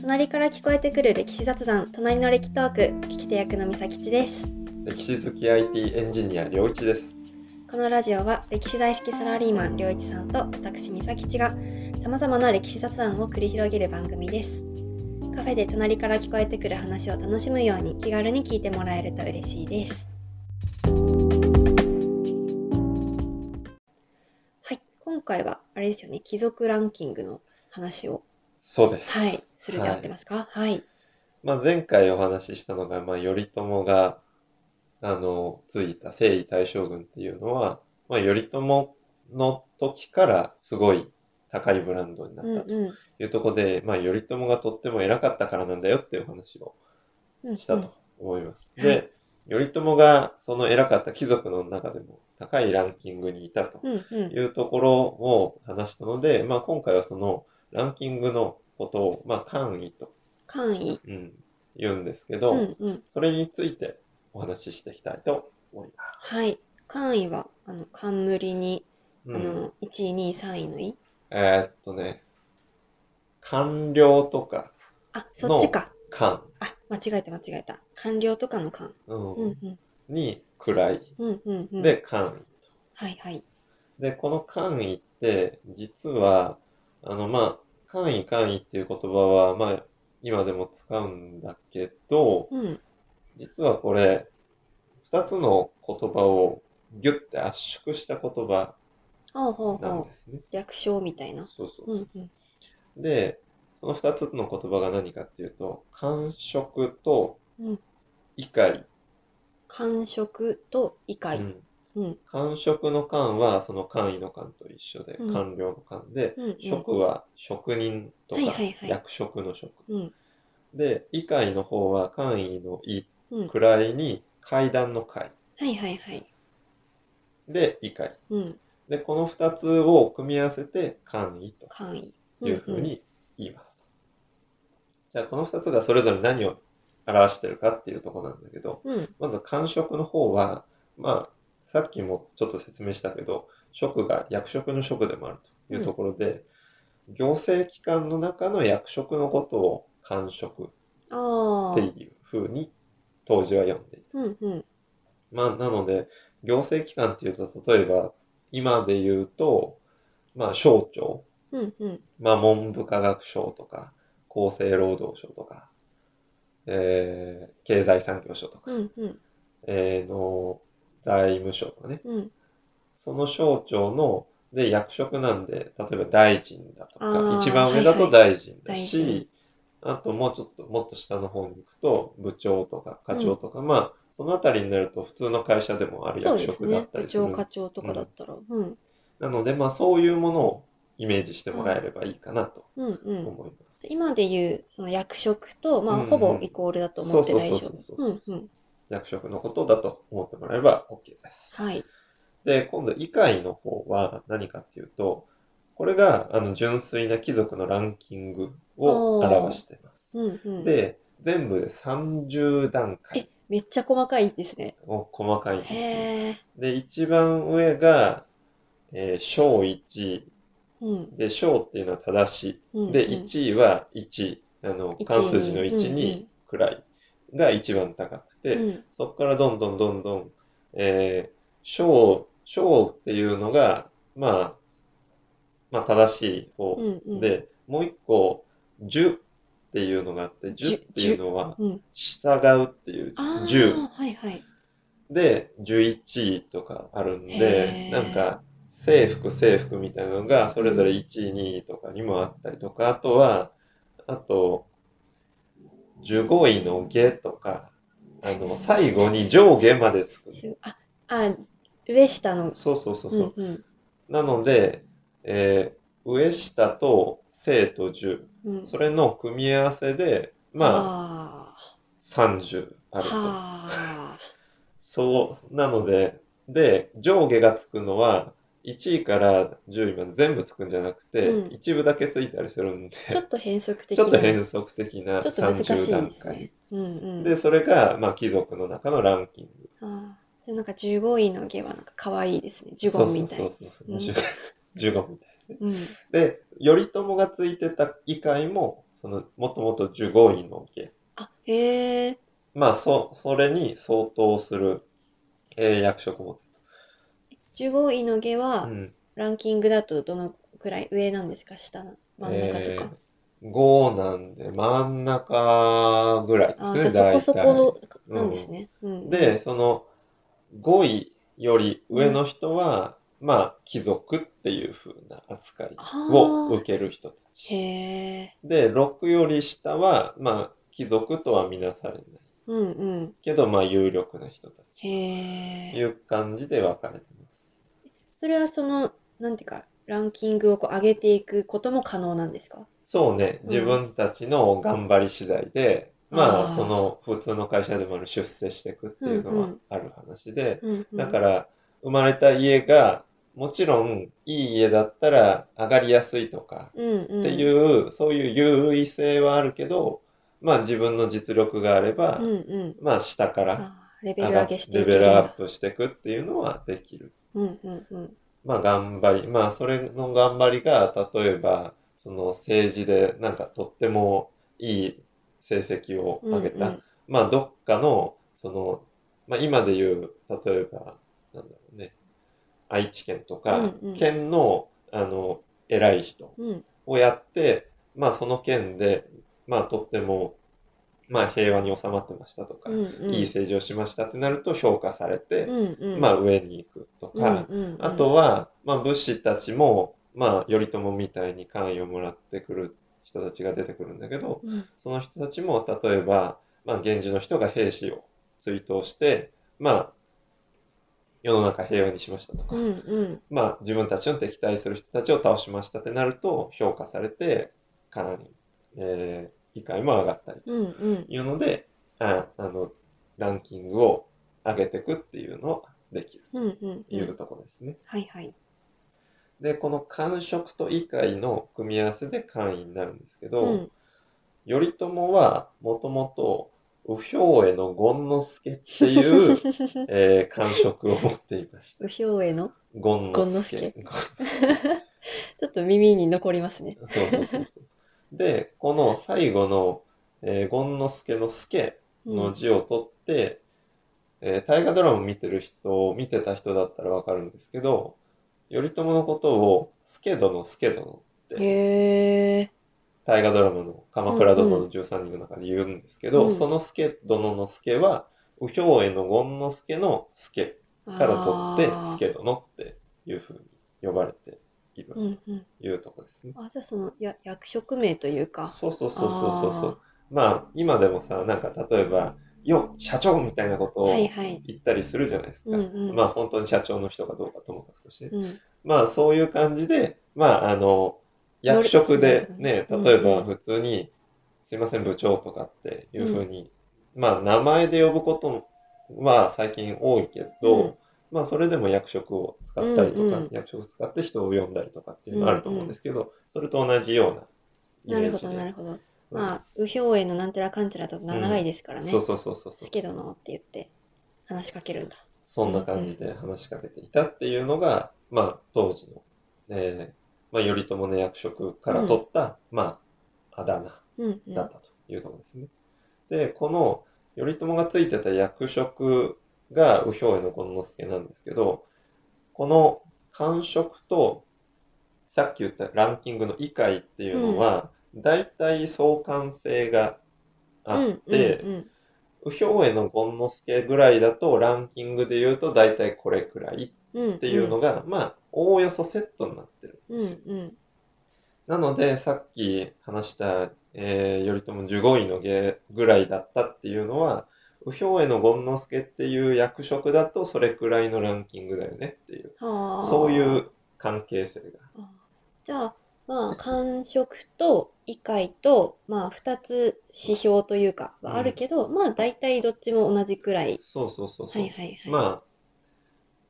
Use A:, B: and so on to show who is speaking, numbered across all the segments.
A: 隣から聞こえてくる歴史雑談隣の歴トーク聞き手役の美咲吉です
B: 歴史好き IT エンジニア良一です。
A: このラジオは歴史大好きサラリーマン良一さんと私美咲吉がさまざまな歴史雑談を繰り広げる番組ですカフェで隣から聞こえてくる話を楽しむように気軽に聞いてもらえると嬉しいですはい今回はあれですよね貴族ランキングの話を
B: そうです。
A: はいするで合ってますかはい
B: まあ、前回お話ししたのが、まあ、頼朝が、あの、ついた征夷大将軍っていうのは、まあ、頼朝の時からすごい高いブランドにな
A: うん
B: ったと
A: うん
B: いうところで、まあ、頼朝がとっても偉かったからなんだよっていう話を
A: うん
B: したと思います。
A: うん
B: で、頼朝がその偉かった貴族の中でも高いランキングにいたと。
A: うんうん
B: いうところを話したので、まあ、今回はそのランキングのことを、まあ、簡易と、
A: 簡易
B: うん、言うんですけ
A: う
B: ど、
A: んうん
B: それについてお話ししていきたいと思いま
A: はい簡易はあの冠に、
B: す。うん
A: あの1位2位3位の位
B: えーっとね、官僚とか
A: あそっちか
B: 官、
A: あ間違えた間違えた官僚とかの官
B: うん
A: うんうん
B: に位
A: うんうんうん
B: で簡易と。
A: はいはい
B: で、この官位って、実は、あの、まあ、官位官位っていう言葉は、まあ、今でも使うんだけど、
A: うん
B: 実はこれ、二つの言葉をギュッて圧縮した言葉
A: ほうほう
B: なん
A: ほ
B: ですね。
A: う略称みたいな
B: そうそう
A: う
B: そ
A: ん
B: う。
A: うん
B: で、その二つの言葉が何かっていうと、官職と
A: うん
B: 怒り。
A: 官職と異界
B: う
A: うん
B: ん
A: うん
B: 官職の官はその官位の官と一緒で、
A: うん
B: 官僚の官で、
A: うん
B: 職は職人と
A: はい
B: か
A: はいはい
B: 役職の職。
A: うん
B: で、異界の方は官位の位
A: うん
B: 位に階段の階
A: はいはいはい
B: で異界。
A: うん
B: で、この2つを組み合わせて簡易と
A: 簡易
B: いうふ
A: ん
B: うんに言います。じゃあ、この2つがそれぞれ何を表してるかっていうところなんだけど、
A: うん
B: まず官職の方は、まあ、さっきもちょっと説明したけど、職が役職の職でもあるというところで、行政機関の中の役職のことを官職
A: あ
B: って
A: あ
B: いうふうに当時は呼んでいた。
A: うんうん
B: まあ、なので、行政機関っていうと、例えば、今で言うと、まあ、省庁、
A: うんうん
B: まあ、文部科学省とか、厚生労働省とか、えー経済産業省とか、
A: うんうん
B: えーの財務省とかね、
A: うん
B: その省庁の、で、役職なんで、例えば大臣だと
A: あー
B: か、一番上だと大臣だ
A: はいはい大
B: し、あともうちょっと、もっと下の方に行くと、部長とか課長とか、まあ、そのあたりになると普通の会社でもある
A: そう
B: 役
A: です
B: 職だ
A: ね
B: った
A: 部
B: りする
A: 長課長とかだったらうん
B: なので、まあ、そういうものをイメージしてもらえればいいかなと
A: うんうん
B: 思います。
A: 今でいうその役職と、まあ、
B: うんうん
A: ほぼイコールだと思って大丈
B: そう
A: 夫
B: そう。そう
A: う
B: そうん
A: うん。
B: 役職のことだと思ってもらえれば OK です。
A: はい。
B: で、今度、異界の方は何かっていうと、これが、あの、純粋な貴族のランキングを表してます。
A: うんうん。
B: で、全部で30段階
A: え、めっちゃ細かいですね。
B: を細かいんですよ。
A: へえ。
B: で、一番上が、えー小1。
A: うん。
B: で、小っていうのは正しい。
A: うんうん
B: で、1位は1、あの、
A: 1
B: 関数字の1に位が一番高く
A: う
B: て、
A: ん。
B: そこからどんどんどんどん、えー、小、小っていうのが、まあ、まあ正しい方
A: うんうん。、
B: で、もう一個、10っていうのがあって、
A: じゅ
B: 10っていうのは、
A: うん。
B: 従うっていう
A: ああ。
B: 10
A: はいはい。
B: で、11位とかあるん
A: へ
B: で
A: ー、
B: なんか、制服制服みたいなのが、それぞれ1位、2位とかにもあったりとか、あとは、あと、15位の下とか、あの、最後に上下までつく。
A: すあ、あ、上下の。
B: そうそうそう
A: う
B: そう。
A: んうん。
B: なので、えー上下と正と10、
A: うん。
B: それの組み合わせで、まあ、
A: あ
B: 30
A: あ。
B: あると。
A: はあ。
B: そう、なので、で、上下がつくのは、1位から10位まで全部つくんじゃなくて、
A: うん
B: 一部だけついたりするんで、
A: ちょっと変則的
B: ちょっと
A: な
B: 変則的な
A: ちょっと難しい
B: 30段
A: です
B: 階。
A: ね。うんうん。
B: で、それが、まあ、貴族の中のランキング。
A: あーでなんか15位の下はなんか可愛いですね。ジュ
B: そ
A: ゴ
B: う
A: ン
B: そう
A: みたい
B: そう
A: な。
B: そうそうう、
A: ん
B: 15みたい。
A: うん。
B: で、頼朝がついてた以外も、そのもっともっと15位の下
A: あ、へえ。
B: まあそそれに相当する、えー役職も、
A: 15位の下
B: う
A: は、
B: ん
A: ランキングだとどのくらい上なんですか下の真ん中とか。
B: えー5なんで真ん中ぐらいで
A: あ
B: す
A: ー、
B: ね
A: じゃあ
B: 大
A: そこそ
B: 体
A: こなんですね。うん。
B: で、その5位より上の人は、まあ、貴族っていう風な扱い
A: あ
B: を
A: ー
B: 受ける人た
A: へ
B: ち。
A: え。
B: で、6より下は、まあ、貴族とは見なされない。
A: うんうん。
B: けど、まあ、有力な人たち。
A: へ
B: い
A: え。
B: う感じで分かれてます。
A: それはその、なんていうか、ランキングをこう上げていくことも可能なんですか
B: そうね、自分たちの頑張り次第で、ま
A: あ
B: あ、
A: ー
B: その、普通の会社でもある出世していくっていうの
A: うんう
B: は
A: ん
B: ある話で、
A: うんうん。
B: だから、生まれた家が、もちろん、いい家だったら上がりやすいとか、
A: うんうん。
B: っていう、そういう優位性はあるけど、まあ自分の実力があれば、
A: うんうん。
B: まあ下から
A: あーレベ
B: 上
A: ル
B: が
A: 上
B: っ
A: げして
B: レ
A: いけ
B: ベ
A: るん
B: ルアッ
A: だ。
B: プしていくっていうのはできる。
A: うんうんうん。
B: まあ頑張り、まあそれの頑張りが、例えば、その政治でなんかとってもいい成績を
A: うんう
B: 上
A: ん
B: げた。まあどっかの、その、まあ今で言う、例えば、なんだろうね、愛知県とか、
A: うんうん
B: 県の、あの、偉い人。
A: うん
B: をやって、まあその件で、まあとっても、まあ平和に収まってましたとか、
A: うんうん。
B: いい政治をしましたってなると評価されて、
A: うんうん。
B: まあ上に行くとか、
A: うんうんうん
B: あとは、まあ武士たちも、まあ頼朝みたいに官位をもらってくる人たちが出てくるんだけど、
A: うん
B: その人たちも例えば、まあ源氏の人が兵士を追悼して、まあ世の中平和にしましたとか
A: う、んうん
B: まあ、自分たちの敵対する人たちを倒しましたってなると評価されて、かなり、えー、理解も上がったりと
A: うんうん。
B: いうので、あ、あの、ランキングを上げていくっていうのはできる
A: うんうん
B: と
A: う
B: いうと
A: ん。
B: ころですね。
A: はいはい。
B: で、この官職と位階の組み合わせで官位になるんですけど、
A: うん。
B: 頼朝はもともと右兵衛の権之助って いう、えー、官職を持っていました。
A: 右兵衛の
B: 権之助。
A: 権ちょっと耳に残りますね。
B: そうそうそうそう。で、この最後の、えー、権之助の助
A: うん
B: の字を取って、えー大河ドラマ見てる人、見てた人だったらわかるんですけど、頼朝のことを助殿、助殿って、
A: へえ。
B: 大河ドラマの鎌倉殿の13人の中で言うんですけど、
A: うん
B: その助殿の助は、右兵衛の権之助の助から取
A: あー
B: って、助殿っていうふうに呼ばれている
A: う、んうん。
B: いうとこですね。
A: あ、じゃあそのや役職名というか。
B: そうそうそうそうそうそう
A: あー。
B: まあ今でもさなんか例えば「よ社長!」みたいなことを
A: はい
B: 言
A: はい。
B: ったりするじゃないですか。
A: うんうん。
B: まあ本当に社長の人かどうかともかくとして、
A: うん
B: まあそういう感じでまああの役職でね
A: うん
B: 例えば普通に「すいません部長」とかっていうふうに、まあ名前で呼ぶことは最近多いけど、
A: うん
B: まあそれでも役職を使ったりとか、
A: うんうん
B: 役職を使って人を呼んだりとかっていうのはあると思うんですけど、それと同じようなイ
A: な
B: メ
A: る
B: ー
A: ほ
B: ジ
A: ど
B: で。
A: なるほど。
B: うん
A: まあ右兵衛のなんちゃらかんちゃらだと長いですからね
B: そう。そうそうそうそう
A: 助殿って言って話しかけるんだ。
B: そんな感じで話しかけていたっていうのが、まあ当時の、えーまあ、頼朝の役職から取った、まああだ名
A: うんうん。
B: だったというところですね。でこの頼朝がついてた役職が右兵衛の権之助なんですけどこの官職とさっき言ったランキングの以下位っていうのは、だいたい相関性があって、
A: うんうんうん
B: 右兵衛の権之助ぐらいだとランキングで言うと大体これくらい
A: うん
B: っていうのが、まあおおよそセットになってるん
A: う
B: で
A: ん
B: すよ。
A: うん
B: なのでさっき話した、えー頼朝15位の下ぐらいだったっていうのは右兵衛の権之助っていう役職だとそれくらいのランキングだよねっていう
A: はあ
B: そういう関係性が。
A: あじゃあまあ感触と異界とまあ2つ指標というかはあるけど、まあ大体どっちも同じくらい
B: そうそうそうそう。
A: はいはいはい、
B: まあ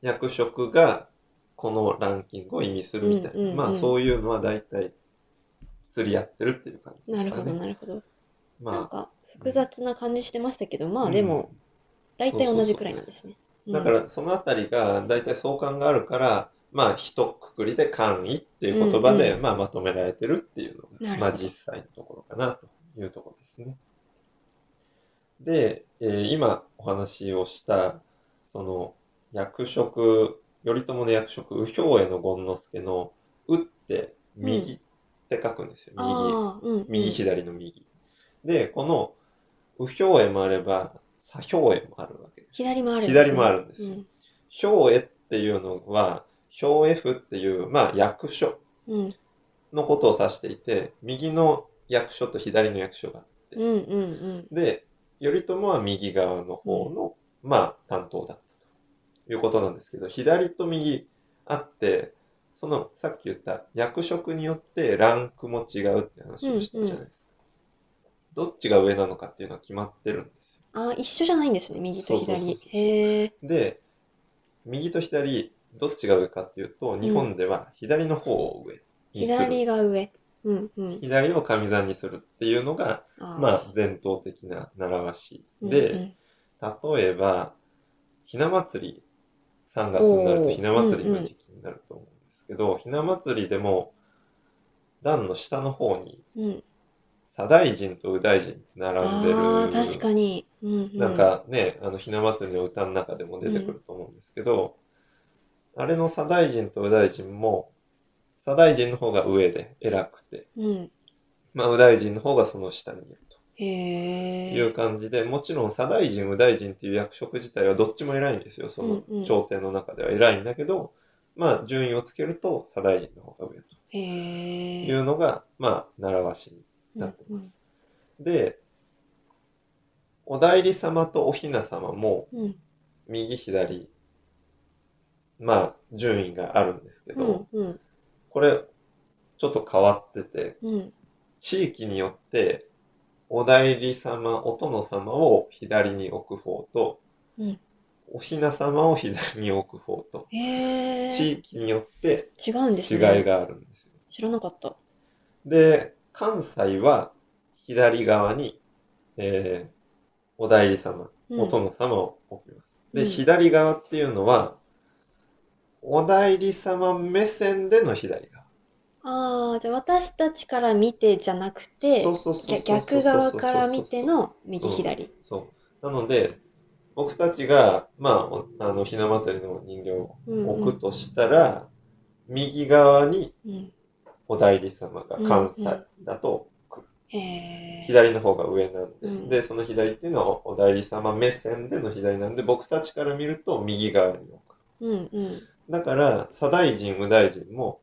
B: 役職がこのランキングを意味するみたいな、
A: うんうんうん
B: まあそういうのは大体釣り合ってるっていう感じで
A: な
B: す
A: る
B: か
A: ほ
B: ね。
A: どなるほど、なん
B: まあ
A: か複雑な感じしてましたけどまあ
B: うん
A: でも大体同じくらいなんですね
B: だからそのあたりが大体相関があるから、まあ一括りで簡易っていう言葉で、
A: うん
B: まあまとめられてるっていうの
A: な
B: が、
A: る
B: ま
A: ほど
B: あ実際のところかかなというところですね。で、えー今お話をした、その、役職、頼朝の役職、右兵衛の権之助の、打って右って書くんですよ。右。
A: あー、うんうん、
B: 右左の右。で、この、右兵衛もあれば、左兵衛もあるわけです。
A: 左もあるんですね、
B: 左もあるんですよ。兵衛っていうのは、兵衛府っていう、まあ、役所
A: うん、うん
B: のことを指していて、右の役所と左の役所があって、
A: うんうん
B: で、頼朝は右側の方の、まあ、担当だったということなんですけど、左と右あって、その、さっき言った役職によってランクも違うって話をしたじゃないですか。
A: うんう
B: どっちが上なのかっていうのは決まってるんですよ。
A: あー一緒じゃないんですね右と
B: そうそうそう
A: 左
B: そう
A: へえ
B: で、右と左、どっちが上かっていうと、日本では左の方を上にする。
A: 左が上うんうん
B: 左を上座にするっていうのが、
A: あー
B: まあ、伝統的な習わし
A: うん
B: で、
A: うん
B: 例えば、ひな祭り、3月になる
A: お
B: と
A: ー
B: ひな祭りの時期になると思うんですけど、ひな祭りでも、段の下の方に、
A: うん、
B: 左大臣と右大臣って並んでる。
A: あー確かに、うんうん、
B: なんかね、あの、ひな祭りの歌の中でも出てくると思うんですけど、あれの左大臣と右大臣も、左大臣の方が上で偉くて、
A: うん
B: まあ、右大臣の方がその下にいると。
A: へえ
B: いう感じで、もちろん左大臣、右大臣っていう役職自体はどっちも偉いんですよ。そ
A: うんうん
B: の朝廷の中では偉いんだけど、まあ順位をつけると左大臣の方が上と
A: へえ
B: いうのが、まあ習わしになって
A: うんう
B: ま
A: ん
B: す。で、お代理様とお雛様も
A: うん
B: 右左、まあ順位があるんですけ
A: う
B: ど、
A: んうん
B: これちょっと変わってて、
A: うん
B: 地域によってお代理様、お殿様を左に置く方と、
A: うん
B: お雛様を左に置く方と、
A: へえ
B: 地域によって
A: 違うんです
B: 違い
A: ね
B: があるんですよ。
A: 知らなかった
B: で、関西は左側に、えーお代理様、
A: うん
B: お殿様を置きます。
A: うん
B: で、左側っていうのは、お代理様目線での左側。
A: ああじゃあ私たちから見てじゃなくて
B: そうそうそうそう
A: 逆逆側から見ての右左
B: そう。なので、僕たちが、まあお、あの、ひな祭りの人形を置くとしたら、右側に
A: うん
B: お代理様が関西だと、
A: へえ
B: 左の方が上なんで、
A: うん
B: で、その左っていうのはお代理様目線での左なんで、僕たちから見ると右側に置く。
A: うんうん
B: だから、左大臣、右大臣も、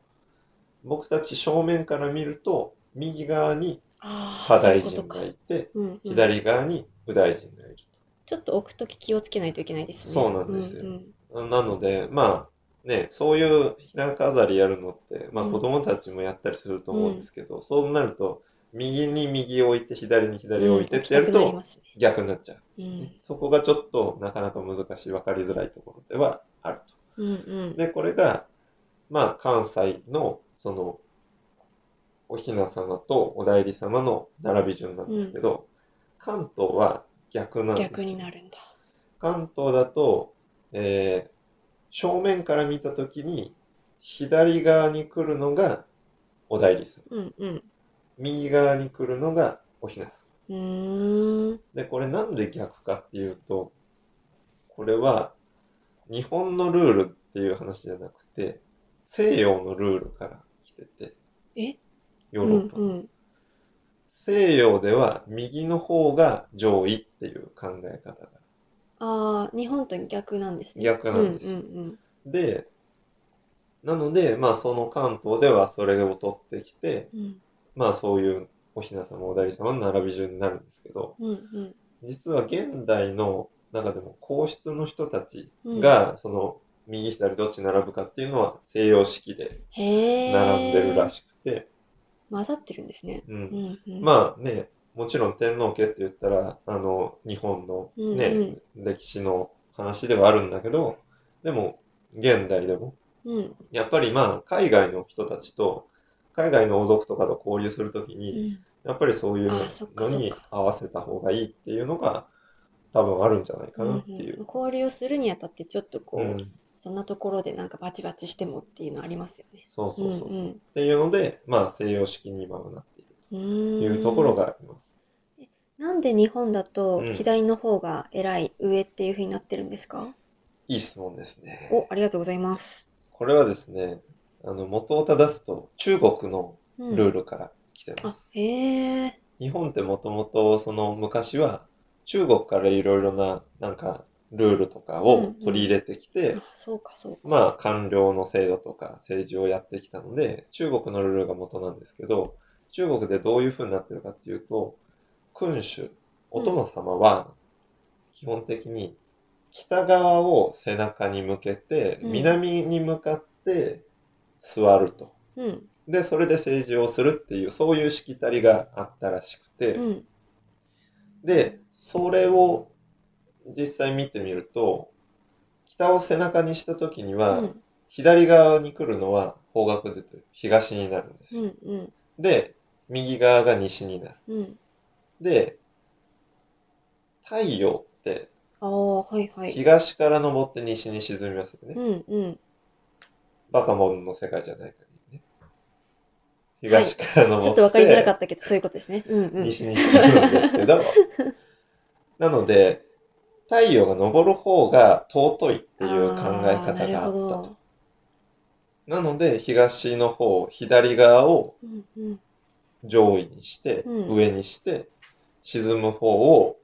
B: 僕たち正面から見ると、右側に
A: ああ
B: 左
A: そうい
B: 大
A: うこと
B: 臣
A: か
B: がいて、
A: うんうん
B: 左側に右大臣がいる。
A: ちょっと置くとき気をつけないといけないですね。
B: そうなんですよ
A: うんうん
B: なので、まあ、ね、そういうひな飾りやるのって、まあ
A: うん
B: 子供たちもやったりすると思うんですけど、そうなると、右に右置いて、左に左置いてってやる
A: うん置きたくなり
B: と
A: ます
B: 逆になっちゃう。
A: ね
B: そこがちょっとなかなか難しい、わかりづらいところではあると。
A: うんうん
B: で、これが、まあ関西の、その、お雛様とお代理様の並び順なんですけど、関東は逆な
A: うんん。
B: ですよ。
A: 逆になるんだ。
B: 関東だと、えー正面から見たときに、左側に来るのがお代理様。
A: うんうん。
B: 右側に来るのがお雛様。
A: うーん。
B: で、これなんで逆かっていうと、これは日本のルールっていう話じゃなくて、西洋のルールから来てて、
A: え
B: ヨーロッパ。
A: うんうん。
B: 西洋では右の方が上位っていう考え方が
A: ああ、日本と逆なんですね。
B: 逆なんです
A: うんうん
B: で、なので、まあその関東ではそれを取ってきて、
A: うん。うん
B: まあそういうお雛様、お代理様の並び順になるんですけど、
A: うん
B: 実は現代の中でも皇室の人たちが、その右左どっち並ぶかっていうのは西洋式で
A: うん。へえ。
B: 並んでるらしくて、
A: 混ざってるんですね。
B: う。
A: うんんうん。あ。
B: まあね、もちろん天皇家って言ったら、あの、日本のね、歴史の話ではあるんだけど、でも、現代でも、
A: うん
B: やっぱりまあ、海外の人たちと、海外の王族とかと交流するとき
A: う
B: に、
A: ん。
B: やっぱりそういう
A: あそっかそ
B: の
A: っか
B: に合わせた方がいいっていうのが、多分あるんじゃないかなっていう。
A: 交流するにあたってちょっとこ
B: う
A: う、
B: ん。
A: そんなところでなんかバチバチしてもっていうのありますよね。
B: そうそうそうそう。
A: ん
B: っていうので、まあ、西洋式に今はなっていると。
A: う
B: と
A: ーん
B: いうところがあります。
A: なんで日本だと
B: うん
A: 左の方が偉い、上っていう風になってるんですか
B: いい質問ですね。
A: お、ありがとうございます。
B: これはですね、あの元を正すと中国の
A: うん、
B: ルールから来てます。
A: あ、へえ。
B: 日本ってもともとその昔は中国からいろいろななんかルールとかを取り入れてきて、
A: あ、そうかそうか。
B: まあ官僚の制度とか政治をやってきたので中国のルールが元なんですけど中国でどういう風になってるかっていうと君主お殿様は基本的に北側を背中に向けて
A: うん
B: 南に向かって座ると。
A: うん、
B: で、それで政治をするっていう、そういうしきたりがあったらしくて、
A: うん、
B: で、それを実際見てみると、北を背中にした時に
A: う
B: は、
A: ん、
B: 左側に来るのは方角でという東になるんです。
A: うん、うん、
B: で、右側が西になる。
A: うん。
B: で、太陽って
A: ああ、はいはい。
B: 東から昇って西に沈みますよね。
A: うん、うん。
B: バカモンの世界じゃない限りね。東から昇って、
A: ちょっとわかりづらかったけど、そういうことですね。うん、うん。
B: 西に沈むんです けど、なので、太陽が昇る方が尊いっていう
A: あ
B: 考え
A: ーな
B: 方
A: る
B: があ
A: ほ
B: った
A: ど
B: と。なので、東の方、左側を
A: うん、うん。
B: 上位にして、
A: うん
B: 上にして、沈む方を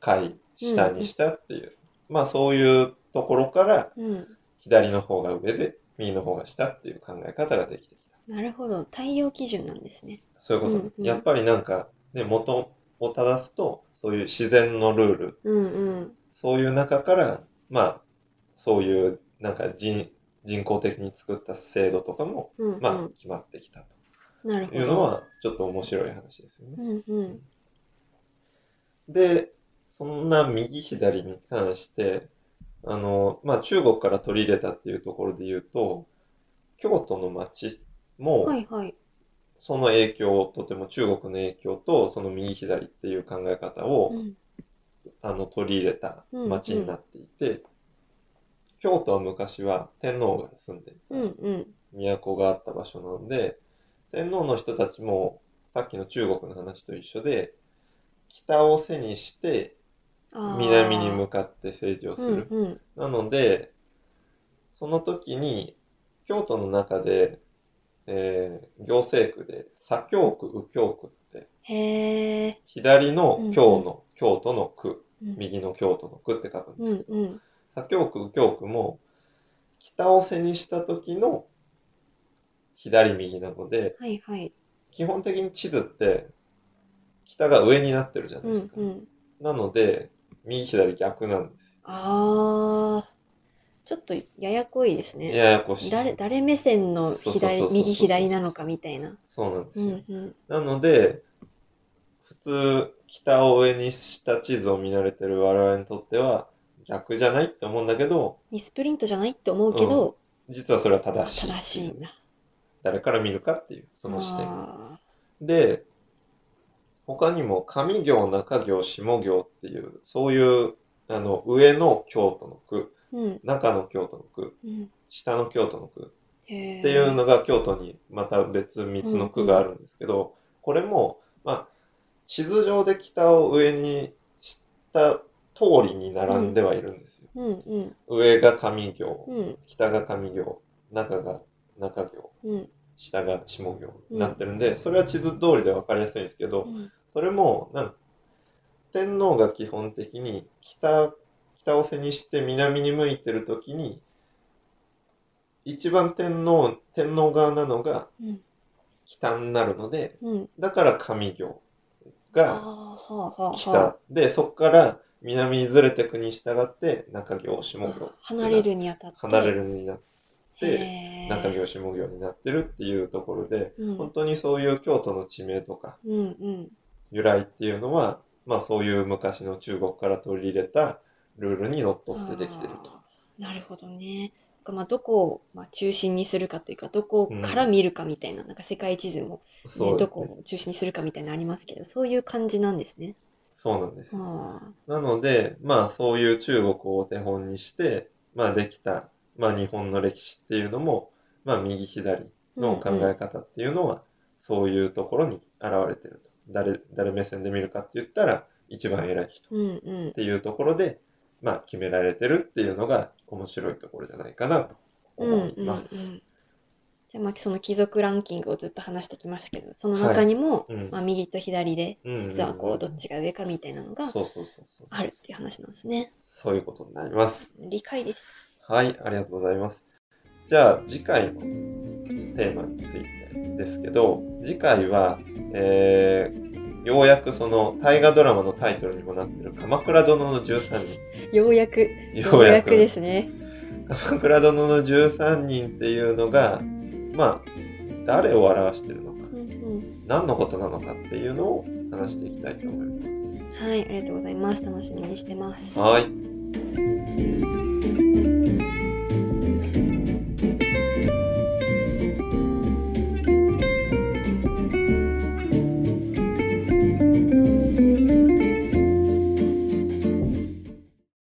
B: 下位、下にしたっていう、まあそういうところから、
A: うん。
B: 左の方が上で、右の方が下っていう考え方ができてきた。
A: なるほど。太陽基準なんですね。
B: そういうことです。
A: うんうん
B: やっぱりなんか、ね、元を正すと、そういう自然のルール、
A: うん、うん。
B: そういう中から、まあ、そういう、なんか人、人工的に作った制度とかも、
A: うん、うん。
B: まあ、決まってきた
A: なる
B: と
A: ほ
B: いうの
A: ど。
B: は、ちょっと面白い話ですよね。
A: うん、うん。
B: で、そんな右左に関して、あの、まあ、中国から取り入れたっていうところで言うと、京都の街も、
A: はいはい。
B: その影響を、とても中国の影響と、その右左っていう考え方を、
A: うん、
B: あの取り入れた町になっていて、京都は昔は天皇が住んでいた
A: うん、うん。
B: 都があった場所なので天皇の人たちもさっきの中国の話と一緒で北を背にして
A: あー
B: 南に向かって政治をす
A: うん
B: る。
A: うん
B: なのでその時に京都の中で、えー行政区で左京区右京区って
A: へえ。
B: 左の京
A: うん
B: の京都の区
A: うん
B: 右の京都の区って書くんで
A: う
B: すけ
A: ん
B: ど、
A: うん。
B: 左京区右京区も北を背にした時の左右なので
A: はいはい。
B: 基本的に地図って北が上になってるじゃな
A: う
B: いです
A: ん
B: か、
A: うん。
B: なので右左逆なんです
A: ああ。ちょっとややこいです
B: よ
A: ね。
B: ややこしい
A: 誰誰目線の
B: そうそうそう
A: 左
B: そう
A: 右左なのかみたいな。
B: そうなんです
A: う
B: よ、
A: んうん。
B: なので普通北を上にした地図を見慣れてる我々にとっては逆じゃないって思うんだけど
A: ミスプリントじゃないって思うけど、
B: 実はそれは正しい
A: 正しいな。
B: 誰から見るかっていうその視点
A: あ
B: で、他にも上行、中行、下行っていう、そういう、あの、上の京都の区、
A: ーうん
B: 中の京都の区、
A: うん。
B: 下の京都の区
A: へえ。
B: っていうのが京都にまた別3つの区があるんですけど、これも、まあ、地図上で北を上にした通りに並んではいるんですよ。
A: うんうん
B: 上が上行、
A: うん
B: 北が上行、中が中行、
A: うん
B: 下が下行
A: うん
B: になってるんで、それは地図通りでわかりやすいんですけど、
A: うん。
B: それもなん天皇が基本的に北北を背にして南に向いてる時に一番天皇天皇側なのが
A: うん
B: 北になるので
A: うん。
B: だから上行
A: ああ
B: が
A: はあはあはあ
B: 北。でそこから南にずれていくに従って中行下行ってな
A: 離れるにあたって。
B: 離れるになって
A: へー
B: 中行下行になってるっていうところで
A: うん
B: 本当にそういう京都の地名とか
A: うんうん。
B: 由来っていうのは、まあ、そういう昔の中国から取り入れたルールにのっとってできてると。
A: あーなるほどね。まあ、どこを、まあ、中心にするかというか、どこから見るかみたいな、なんか世界地図も、ね
B: そう
A: どこを中心にするかみたいなのありますけど、そういう感じなんですね。
B: そうなんです。
A: ああ、
B: なので、まあ、そういう中国をお手本にして、まあ、できた、まあ、日本の歴史っていうのも、まあ、右左の考え方っていうのは、そういうところに現れてると。誰、誰目線で見るかって言ったら、一番偉い人っ
A: うんうん
B: ていうところで、まあ、決められてるっていうのが面白いところじゃないかなと
A: うん
B: 思い
A: うんう
B: ます。
A: んじゃあまあその貴族ランキングをずっと話してきましたけどその中にも、
B: うん
A: まあ、右と左で
B: うんうんうん
A: 実はこうどっちが上かみたいなのが
B: そうそうそうそう。
A: あるっていう話なんですね。
B: そういうことになります。
A: 理解です。
B: はい、ありがとうございます。じゃあ次回のテーマについてですけど、次回は、えーようやくその大河ドラマのタイトルにもなってる「鎌倉殿の13人
A: ようやく」
B: ようやく
A: ですね。
B: 鎌倉殿の13人っていうのがまあ誰を表してるのか
A: うんうん
B: 何のことなのかっていうのを話していきたいと思いま
A: はいありがとうございます。楽しみにしてます。
B: す。はい